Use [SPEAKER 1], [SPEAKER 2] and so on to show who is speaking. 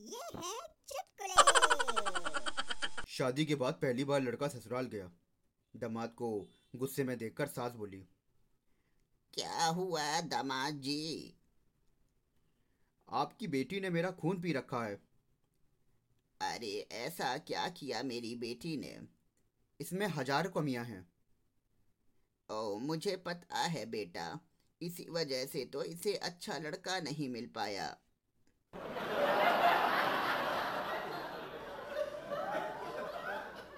[SPEAKER 1] ये है चुटकुले
[SPEAKER 2] शादी के बाद पहली बार लड़का ससुराल गया दामाद को गुस्से में देखकर सास बोली
[SPEAKER 1] क्या हुआ दामाद जी
[SPEAKER 2] आपकी बेटी ने मेरा खून पी रखा है
[SPEAKER 1] अरे ऐसा क्या किया मेरी बेटी ने
[SPEAKER 2] इसमें हजार कमियां हैं
[SPEAKER 1] ओ मुझे पता है बेटा इसी वजह से तो इसे अच्छा लड़का नहीं मिल पाया